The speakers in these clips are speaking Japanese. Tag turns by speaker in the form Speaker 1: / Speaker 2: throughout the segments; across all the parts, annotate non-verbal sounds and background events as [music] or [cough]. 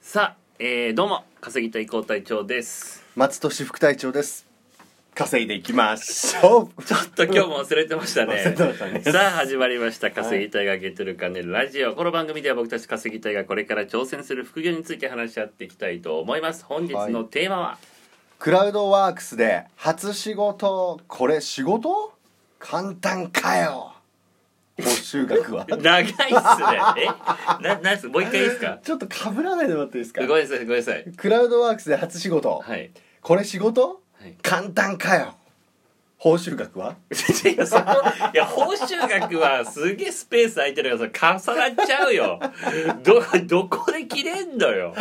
Speaker 1: さあ、えー、どうも稼ぎたい高隊長です
Speaker 2: 松戸市副隊長です稼いでいきましょう
Speaker 1: ちょっと今日も忘れてましたね
Speaker 2: 忘れてましたね
Speaker 1: さあ始まりました「稼ぎたいがゲットる金ラジオ」この番組では僕たち稼ぎたいがこれから挑戦する副業について話し合っていきたいと思います本日のテーマは、
Speaker 2: クラウドワークスで初仕事これ仕事簡単かよ報酬額は
Speaker 1: 長いっす
Speaker 2: [laughs]
Speaker 1: ねえななんすもう一回いいですか
Speaker 2: ちょっと被らないでもらっていいですか
Speaker 1: ごめんなさいごめんなさい
Speaker 2: クラウドワークスで初仕事、
Speaker 1: はい
Speaker 2: これ仕事、
Speaker 1: はい
Speaker 2: 簡単かよ報酬額は
Speaker 1: いやそこいや報酬額はすげえスペース空いてるからそれ重なっちゃうよどどこで切れんのよ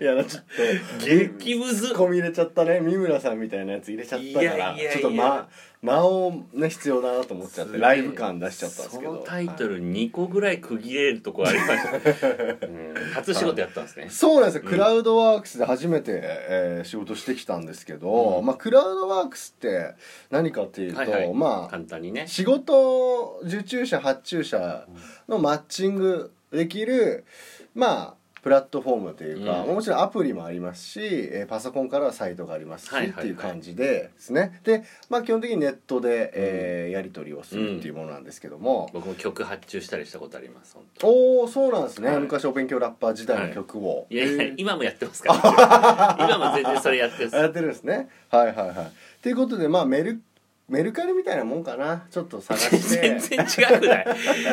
Speaker 2: いやちょっと
Speaker 1: 激ムズ
Speaker 2: ツッコミ入れちゃったね三村さんみたいなやつ入れちゃったから
Speaker 1: いやいやいや
Speaker 2: ちょっと、ま、間をね必要だなと思っちゃってライブ感出しちゃったんですけど
Speaker 1: そのタイ
Speaker 2: はい
Speaker 1: トル2個ぐらい区切れるとこありました、うん初仕事やったんですね
Speaker 2: そうなんですよ、クラウドワークスで初めて、えー仕事してきたんですけど、まあ、クラウドワークスって何かっていうと、
Speaker 1: はいはい
Speaker 2: まあ
Speaker 1: 簡単にね
Speaker 2: 仕事受注者発注者のマッチングできるまあプラットフォームというか、
Speaker 1: うん
Speaker 2: もちろんアプリもありますし、えーパソコンからはサイトがありますし、
Speaker 1: はいはいはい
Speaker 2: っていう感じでですねで、まあ、基本的にネットで、えーやり取りをするっていうものなんですけども、
Speaker 1: 僕も曲発注したりしたことあります本当
Speaker 2: おおそうなんですね、
Speaker 1: はい
Speaker 2: 昔お勉強ラッパー時代の曲を、
Speaker 1: いやいや今もやってますから
Speaker 2: [laughs]
Speaker 1: 今も全然それやってるっす
Speaker 2: やってるんですねはいはいはいということでまあメルメルカリみたいなもんかなちょっと探
Speaker 1: [laughs]
Speaker 2: し
Speaker 1: 全
Speaker 2: て
Speaker 1: 然違くない例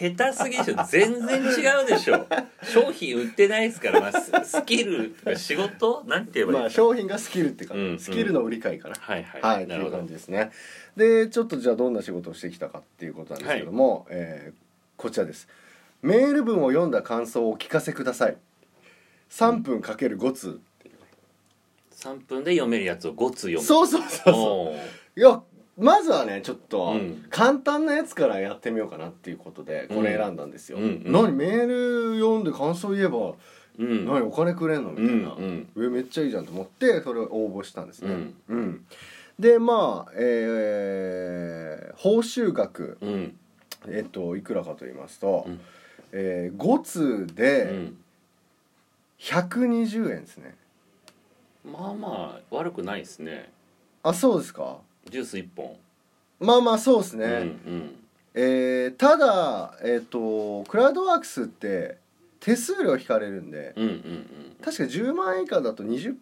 Speaker 1: え下手すぎでしょ全然違うでしょ商品売ってないですから、まあ、ススキルとか仕事なんて言えばいい
Speaker 2: まあ商品がスキルっていうか、
Speaker 1: うん
Speaker 2: スキルの売り買いかな、
Speaker 1: はいはい、
Speaker 2: はいって
Speaker 1: ないるほ
Speaker 2: う
Speaker 1: ど
Speaker 2: 感じですねでちょっとじゃあどんな仕事をしてきたかっていうことなんですけども、えーこちらですメール文を読んだ感想をお聞かせください3分かける5通、
Speaker 1: 3分で読めるやつを5つ読む
Speaker 2: そうそうそうそ
Speaker 1: おー
Speaker 2: ういやまずはねちょっと
Speaker 1: うん
Speaker 2: 簡単なやつからやってみようかなっていうことでこれ選んだんですよ、
Speaker 1: うんうん
Speaker 2: 何メール読んで感想言えば
Speaker 1: うん
Speaker 2: 何お金くれんのみたいな、
Speaker 1: うんうん
Speaker 2: えめっちゃいいじゃんと思ってそれを応募したんですね、
Speaker 1: うん
Speaker 2: うんでまあえー報酬額
Speaker 1: うん
Speaker 2: えっといくらかと言いますと、
Speaker 1: うん
Speaker 2: え5通
Speaker 1: う
Speaker 2: で
Speaker 1: ん
Speaker 2: 120円ですね
Speaker 1: まあまあ悪くないですね
Speaker 2: あそうですか
Speaker 1: ジュース1本、
Speaker 2: まあまあそうですね、
Speaker 1: うん
Speaker 2: えーただえっ、とクラウドワークスって手数料引かれるんで
Speaker 1: うんうんうんうん
Speaker 2: 確か10万円以下だと20%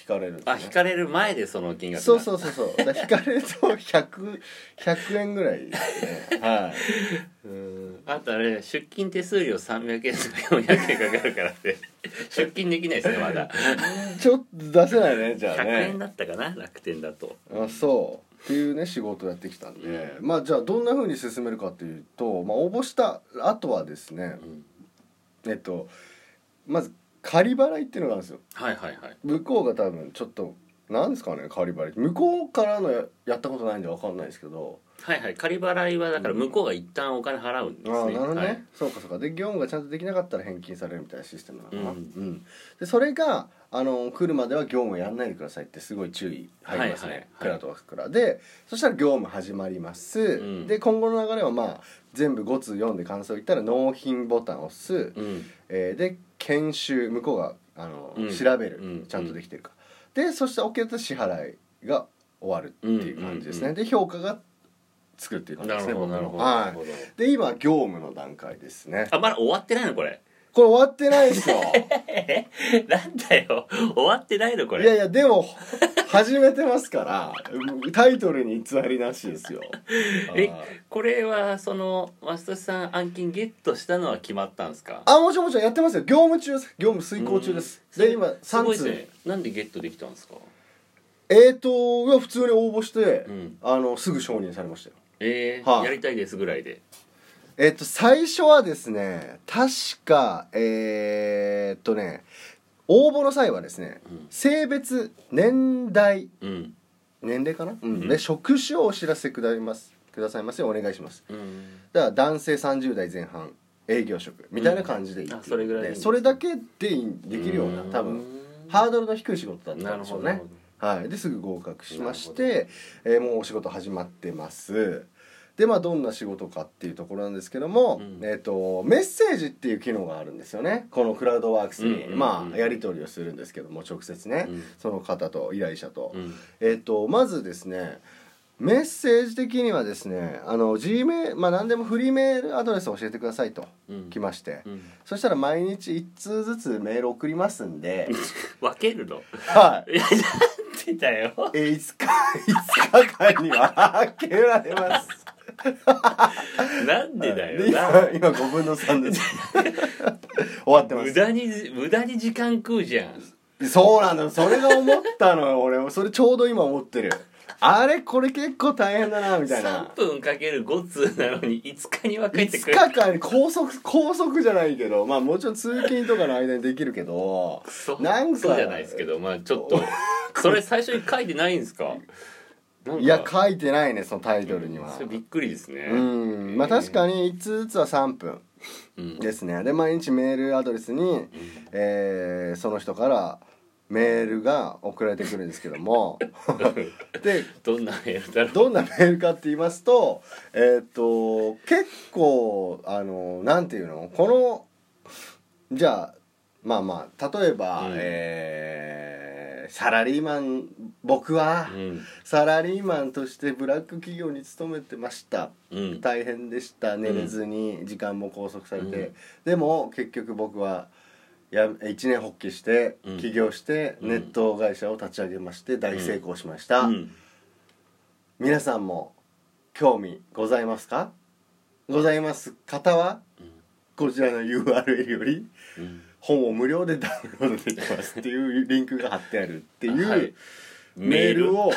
Speaker 2: 引かれるんです、ね、
Speaker 1: あ引かれる前でその金額
Speaker 2: そうそううそうそう。だから引かれると100 100円ぐらいですね。は
Speaker 1: あとあれ出勤手数料300円とか400円かかるからって
Speaker 2: [laughs]
Speaker 1: 出勤できないですねまだ
Speaker 2: い。ちょっと出せないねじゃあ
Speaker 1: 100円
Speaker 2: ね。
Speaker 1: だったかな楽天だと
Speaker 2: あそうっていうね仕事をやってきたんで、
Speaker 1: う
Speaker 2: まあじゃあどんな風に進めるかというと、まあ応募した後はですね
Speaker 1: う、ん
Speaker 2: えっとまず仮払いっていうのがあるんですよ。
Speaker 1: はいはいはい
Speaker 2: 向こうが多分ちょっとなんですかね仮払い向こうからのややったことないんでわかんないですけど。
Speaker 1: はいはい仮払いはだから向こうが一旦お金払うんですね、
Speaker 2: ああなるほど
Speaker 1: は
Speaker 2: ね、
Speaker 1: い
Speaker 2: そうかそうかで業務がちゃんとできなかったら返金されるみたいなシステムなのかな、
Speaker 1: う
Speaker 2: うんんでそれがあの来るまでは業務をやんないでくださいってすごい注意入ります
Speaker 1: はいは
Speaker 2: ね、
Speaker 1: いはい
Speaker 2: クラウドワークからでそしたら業務始まります、
Speaker 1: ん
Speaker 2: で今後の流れはまあ全部5通読んで感想言ったら納品ボタンを押す、
Speaker 1: うん
Speaker 2: えーで研修向こうがあの、
Speaker 1: うん
Speaker 2: 調べる、
Speaker 1: うん
Speaker 2: ちゃんとできてるか、でそして OK だったら支払いが終わるっていう感じですね、
Speaker 1: うん
Speaker 2: で評価がつくっていう感じ
Speaker 1: な
Speaker 2: で
Speaker 1: る
Speaker 2: す
Speaker 1: ほ
Speaker 2: ね
Speaker 1: どな
Speaker 2: 僕の
Speaker 1: るほど、
Speaker 2: は
Speaker 1: な
Speaker 2: い
Speaker 1: るほど
Speaker 2: で今業務の段階ですね
Speaker 1: あまだ終わってないのこれ [laughs]
Speaker 2: これ終わってないですよ
Speaker 1: なんだよ終わってないのこれ
Speaker 2: いやいやでも始めてますからタイトルに偽りなしですよ
Speaker 1: えこれはその増田さん案件ゲットしたのは決まったんですか
Speaker 2: あもちろんもちろんやってますよ業務中です業務遂行中です
Speaker 1: うん
Speaker 2: で今
Speaker 1: すご
Speaker 2: 3
Speaker 1: いですね
Speaker 2: 通
Speaker 1: なんでゲットできたんですか
Speaker 2: えっといや普通に応募して、
Speaker 1: うん
Speaker 2: あのすぐ承認されましたよ
Speaker 1: えー
Speaker 2: はい
Speaker 1: やりたいですぐらいで
Speaker 2: えっと最初はですね確かえーっとね応募の際はですね、
Speaker 1: うん
Speaker 2: 性別年代
Speaker 1: うん
Speaker 2: 年齢かな、
Speaker 1: ん
Speaker 2: で職種をお知らせくださいますくださいますようお願いします
Speaker 1: うん
Speaker 2: だから男性30代前半営業職みたいな感じでいいっていう
Speaker 1: あそれぐらいでいいんです
Speaker 2: それだけでいいできるような
Speaker 1: うん
Speaker 2: 多分ハードルの低い仕事だったんでしょう
Speaker 1: なる
Speaker 2: ね
Speaker 1: ほどなる
Speaker 2: はいですぐ合格しまして、えーもうお仕事始まってますでまあどんな仕事かっていうところなんですけども、
Speaker 1: うん
Speaker 2: えっとメッセージっていう機能があるんですよねこのクラウドワークスに、
Speaker 1: うんうんうん
Speaker 2: まあやり取りをするんですけども直接ね、
Speaker 1: うん
Speaker 2: その方と依頼者と、
Speaker 1: うん
Speaker 2: えっとまずですねメッセージ的にはですねあの G メールまあ何でもフリーメールアドレスを教えてくださいと
Speaker 1: うん
Speaker 2: 来まして、
Speaker 1: うん
Speaker 2: そしたら毎日1通ずつメール送ります
Speaker 1: [laughs]
Speaker 2: んで
Speaker 1: 分けるの
Speaker 2: はい
Speaker 1: いやなんてだよ
Speaker 2: えー、5日5日間に分けられます
Speaker 1: なんでだ
Speaker 2: で
Speaker 1: よな
Speaker 2: 今今5分の3です [laughs] 終わってま
Speaker 1: 無駄に無駄に時間食うじゃん
Speaker 2: すそうなのそれが思ったのよ俺それちょうど今思ってるあれこれ結構大変だなみたいな
Speaker 1: 3分かける5通なのに5日に分けてく
Speaker 2: 5
Speaker 1: る
Speaker 2: 日間高速 [laughs] 高速じゃないけどまあもちろん通勤とかの間にできるけど
Speaker 1: そう
Speaker 2: なんか
Speaker 1: そうじゃないですけどまあちょっ
Speaker 2: [laughs]
Speaker 1: とそれ最初に書いてないんですかなんか
Speaker 2: いや書いてないねそのタイトルには
Speaker 1: それびっくりですね
Speaker 2: うんまあ確かに1通ずつは3分
Speaker 1: うん [laughs]
Speaker 2: ですねで毎日メールアドレスに、えーその人からメールが送られてくるんですけ
Speaker 1: [laughs]
Speaker 2: どもで
Speaker 1: どんなやつだろう
Speaker 2: どんなメールかって言いますとえーっ、と結構あのなんていうのこのじゃあまあまあ例えば、
Speaker 1: うん
Speaker 2: えーサラリーマン僕は、
Speaker 1: うん
Speaker 2: サラリーマンとしてブラック企業に勤めてました
Speaker 1: うん
Speaker 2: 大変でした寝れずに時間も拘束されて、
Speaker 1: うん
Speaker 2: でも結局僕はや一年発起して
Speaker 1: うん
Speaker 2: 起業して
Speaker 1: うん
Speaker 2: ネット会社を立ち上げまして大成功しました、
Speaker 1: うん
Speaker 2: 皆さんも興味ございますかございます方はこちらの URL より
Speaker 1: うん
Speaker 2: 本を無料でダウンロードできますっていうリンクが貼ってあるっていう、
Speaker 1: はい
Speaker 2: メールを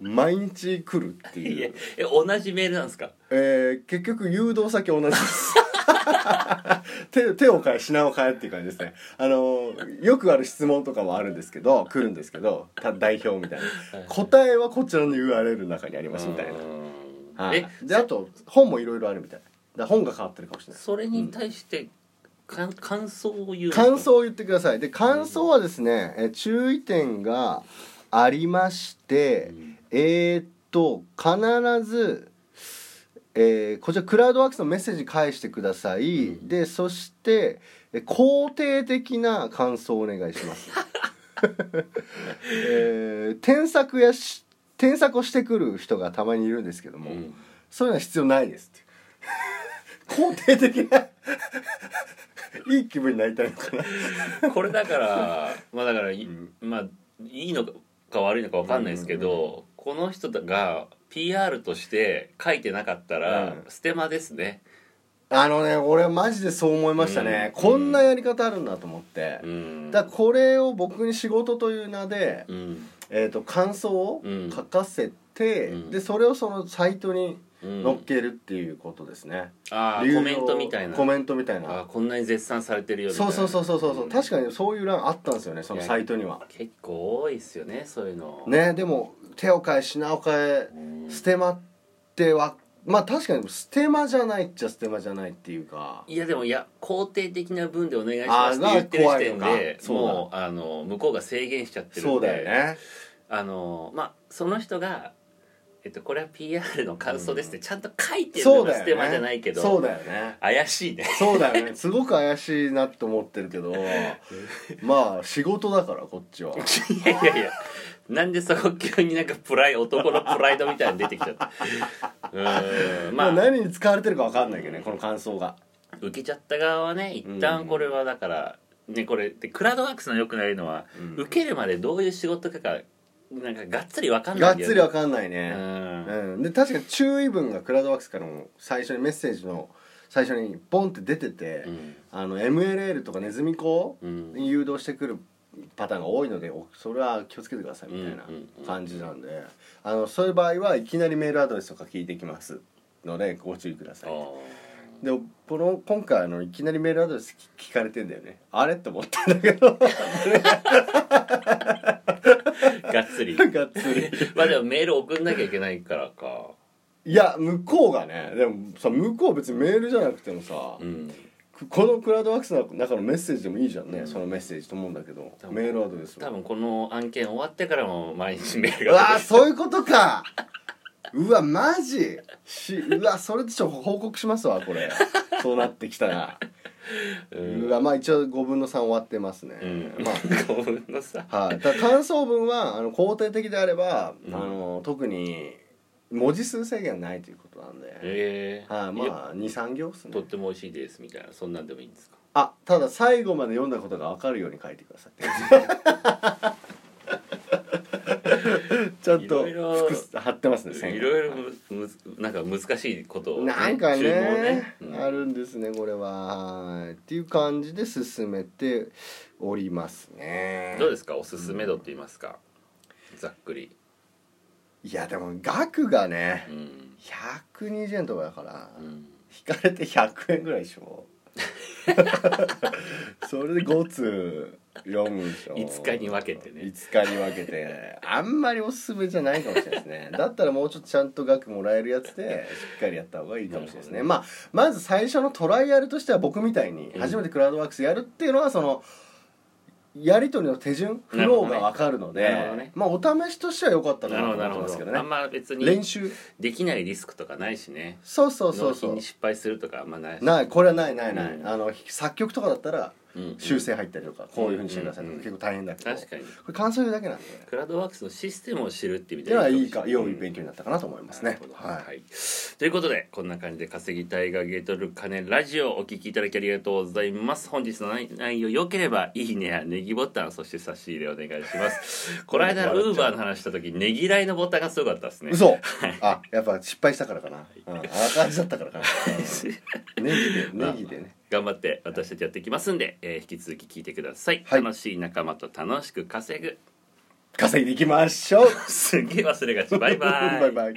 Speaker 2: 毎日来るって
Speaker 1: い
Speaker 2: [laughs] い
Speaker 1: や
Speaker 2: う、
Speaker 1: え同じメールなんですか
Speaker 2: えー結局誘導先同じです [laughs] 手手を変え品を変えっていう感じですねあのーよくある質問とかもあるんですけど来るんですけどた代表みたいな答えはこちらの URL の中にありますみたいな、
Speaker 1: な
Speaker 2: はい
Speaker 1: え、
Speaker 2: であと本もいろいろあるみたいだから本が変わってるかもしれない
Speaker 1: それに対してかん感想を言う
Speaker 2: 感想を言ってくださいで感想はですね、え注意点がありまして、
Speaker 1: うん
Speaker 2: えーっと必ず、えーこちらクラウドワークスのメッセージ返してください、
Speaker 1: うん
Speaker 2: でそしてえ肯定的な感想をお願いし [laughs] ます、えー添削やし添削をしてくる人がたまにいるんですけども、
Speaker 1: うん
Speaker 2: そういうのは必要ないですっていう肯定的な [laughs] いい気分になりたいのか
Speaker 1: [laughs]
Speaker 2: な
Speaker 1: これだからまあだからい,、まあ、いいのか悪いのかわかんないですけど、この人が PR として書いてなかったら、
Speaker 2: うん
Speaker 1: ステマですね、
Speaker 2: あのね俺はマジでそう思いましたね、
Speaker 1: うん
Speaker 2: こんなやり方あるんだと思って、
Speaker 1: うん、
Speaker 2: だからこれを僕に仕事という名で、
Speaker 1: うん
Speaker 2: えー、と感想を
Speaker 1: うん
Speaker 2: 書かせて、
Speaker 1: うん
Speaker 2: でそれをそのサイトに
Speaker 1: うん
Speaker 2: 載っけるっていうことですね、
Speaker 1: あ
Speaker 2: 流
Speaker 1: ーコ
Speaker 2: 用
Speaker 1: メントみたいな
Speaker 2: コメントみたい
Speaker 1: あー
Speaker 2: な
Speaker 1: こんなに絶賛されてるよみたい
Speaker 2: そう
Speaker 1: な
Speaker 2: そうそうそうそう、うん確かにそういう欄あったんですよねそのサイトには
Speaker 1: 結構多いっすよねそういうの
Speaker 2: ねでも手を変え品を変え
Speaker 1: うん
Speaker 2: ステマってはまあ確かにステマじゃないっちゃステマじゃないっていうか
Speaker 1: いやでもいや肯定的な文でお願いしますって
Speaker 2: あー
Speaker 1: 言ってる時点
Speaker 2: が怖いの
Speaker 1: で
Speaker 2: かそうだ
Speaker 1: もうあの向こうが制限しちゃってるんで
Speaker 2: そうだよね
Speaker 1: あのまあその人が、えっと、これは PR の感想ですってちゃんと書いてる
Speaker 2: そ
Speaker 1: の
Speaker 2: う
Speaker 1: が
Speaker 2: だ
Speaker 1: ステ
Speaker 2: よ
Speaker 1: マ
Speaker 2: ね
Speaker 1: じゃないけど、
Speaker 2: そうだよね
Speaker 1: 怪しいね [laughs]
Speaker 2: そうだよねすごく怪しいなって思ってるけどまあ仕事だからこっちはい
Speaker 1: やいやいやなんでそこ急になんかプライ男のプライドみたいなの出てきちゃったうーん
Speaker 2: まあ、
Speaker 1: まあ
Speaker 2: 何に使われてるか分かんないけどねこの感想が
Speaker 1: 受けちゃった側はね一旦これはだから、ねこれでクラウドワークスのよくないのは、
Speaker 2: うん
Speaker 1: 受けるまでどういう仕事かがなんかがっつりわかんな
Speaker 2: が
Speaker 1: い
Speaker 2: っ
Speaker 1: んだよ
Speaker 2: つ
Speaker 1: ね
Speaker 2: り分かんないうね、
Speaker 1: ん
Speaker 2: うんで確かに注意文がクラウドワークスからも最初にメッセージの最初にボンって出てて、
Speaker 1: うん
Speaker 2: あの MLL とかネズミ講
Speaker 1: うん
Speaker 2: に誘導してくるパターンが多いのでおそれは気をつけてくださいみたいな
Speaker 1: うんうんうん
Speaker 2: 感じなんで、あのそういう場合はいきなりメールアドレスとか聞いてきますのでご注意くださいでこの今回あのいきなりメールアドレス聞聞かれてんだよねあれって思ったんだけど [laughs]
Speaker 1: がっつり
Speaker 2: がっつり
Speaker 1: [laughs] まあでもメール送んなきゃいけないからか
Speaker 2: いや向こうがねでもさ向こう別にメールじゃなくてもさ、
Speaker 1: うん
Speaker 2: くこのクラウドワークスの中のメッセージでもいいじゃんね、
Speaker 1: うん
Speaker 2: そのメッセージと思うんだけど
Speaker 1: 多分
Speaker 2: メールアドレス
Speaker 1: 多分この案件終わってからも毎日メール
Speaker 2: うわ
Speaker 1: が
Speaker 2: ーそういうことか [laughs] うわマジしうわそれでちょっと報告しますわこれそうなってきたら、うわまあ一応5分の3終わってますね、
Speaker 1: うん
Speaker 2: まあ
Speaker 1: ごめんなさい
Speaker 2: はい、ただ単層文はあの肯定的であれば、
Speaker 1: うん
Speaker 2: あの特に文字数制限ないということなんで、
Speaker 1: ええ
Speaker 2: はい、
Speaker 1: いや
Speaker 2: まあ23行っす
Speaker 1: と
Speaker 2: ね
Speaker 1: っても美味しいですみたいなそんなんでもいいんですか
Speaker 2: あただ最後まで読んだことが分かるように書いてくださ
Speaker 1: [laughs]
Speaker 2: いちょっと
Speaker 1: いろいろ
Speaker 2: 複数貼ってますね線が
Speaker 1: いろいろむむなんか難しいことをね
Speaker 2: なんかね
Speaker 1: 注文をね、うん
Speaker 2: あるんですねこれははいっていう感じで進めておりますね
Speaker 1: どうですかおすすめ度って言いますか、ざっくり
Speaker 2: いやでも額がね
Speaker 1: うん、
Speaker 2: 120円とかだから、
Speaker 1: うん、
Speaker 2: 引かれて100円ぐらいでし
Speaker 1: [laughs]
Speaker 2: ょそれで5通読むでしょ
Speaker 1: 5日に分けてね
Speaker 2: 5日に分けてあんまりおすすめじゃないかもしれないですねだったらもうちょっとちゃんと額もらえるやつでしっかりやった方がいいかもしれないですね
Speaker 1: なるほどね
Speaker 2: まあまず最初のトライアルとしては僕みたいに
Speaker 1: うん
Speaker 2: 初めてクラウドワークスやるっていうのはそのやり取りの手順フローが分かるので
Speaker 1: なるほどね
Speaker 2: まあお試しとしては良かったか
Speaker 1: なる
Speaker 2: な
Speaker 1: ほ
Speaker 2: と
Speaker 1: ど
Speaker 2: 思
Speaker 1: な
Speaker 2: っ
Speaker 1: る
Speaker 2: て
Speaker 1: ほ
Speaker 2: ますけど
Speaker 1: どあん
Speaker 2: ね
Speaker 1: ま別
Speaker 2: 練
Speaker 1: に
Speaker 2: 習
Speaker 1: できないリスクとかないしね
Speaker 2: そうそうそうそ
Speaker 1: 納品
Speaker 2: う
Speaker 1: に失敗するとかあんまないし
Speaker 2: ないこれはないないない、
Speaker 1: うん
Speaker 2: あの作曲とかだったら
Speaker 1: うん
Speaker 2: 修正入ったりとか、こういうふうにしてくださいと
Speaker 1: うん
Speaker 2: か、結構大変だけど
Speaker 1: 確かに
Speaker 2: これ感想言うだけなんで
Speaker 1: クラウドワークスのシステムを知るってみ
Speaker 2: で
Speaker 1: た
Speaker 2: はいいいか良い勉
Speaker 1: 強
Speaker 2: 強になったかなと思いますね、
Speaker 1: は
Speaker 2: はい
Speaker 1: い、ということでこんな感じで稼ぎたいがゲートルカネラジオお聞きいただきありがとうございます本日の内内容良ければいいねやネギボタンそして差し入れお願いします
Speaker 2: [laughs]
Speaker 1: この間ウ
Speaker 2: 笑っ
Speaker 1: ー
Speaker 2: ちゃ
Speaker 1: バ
Speaker 2: う
Speaker 1: ーの話した時ネギらいのボタンがすごかったですね
Speaker 2: 嘘あやっぱ失敗したからかな、うん、ああ感じだったから
Speaker 1: [laughs]
Speaker 2: かな、うんネギでネギでね
Speaker 1: [laughs] 頑張って私たちやっていきますんで、えー引き続き聞いてください、
Speaker 2: はい
Speaker 1: 楽しい仲間と楽しく稼ぐ
Speaker 2: 稼いでいきましょう
Speaker 1: すげえ忘れがちバイバイ
Speaker 2: [laughs] バイバイ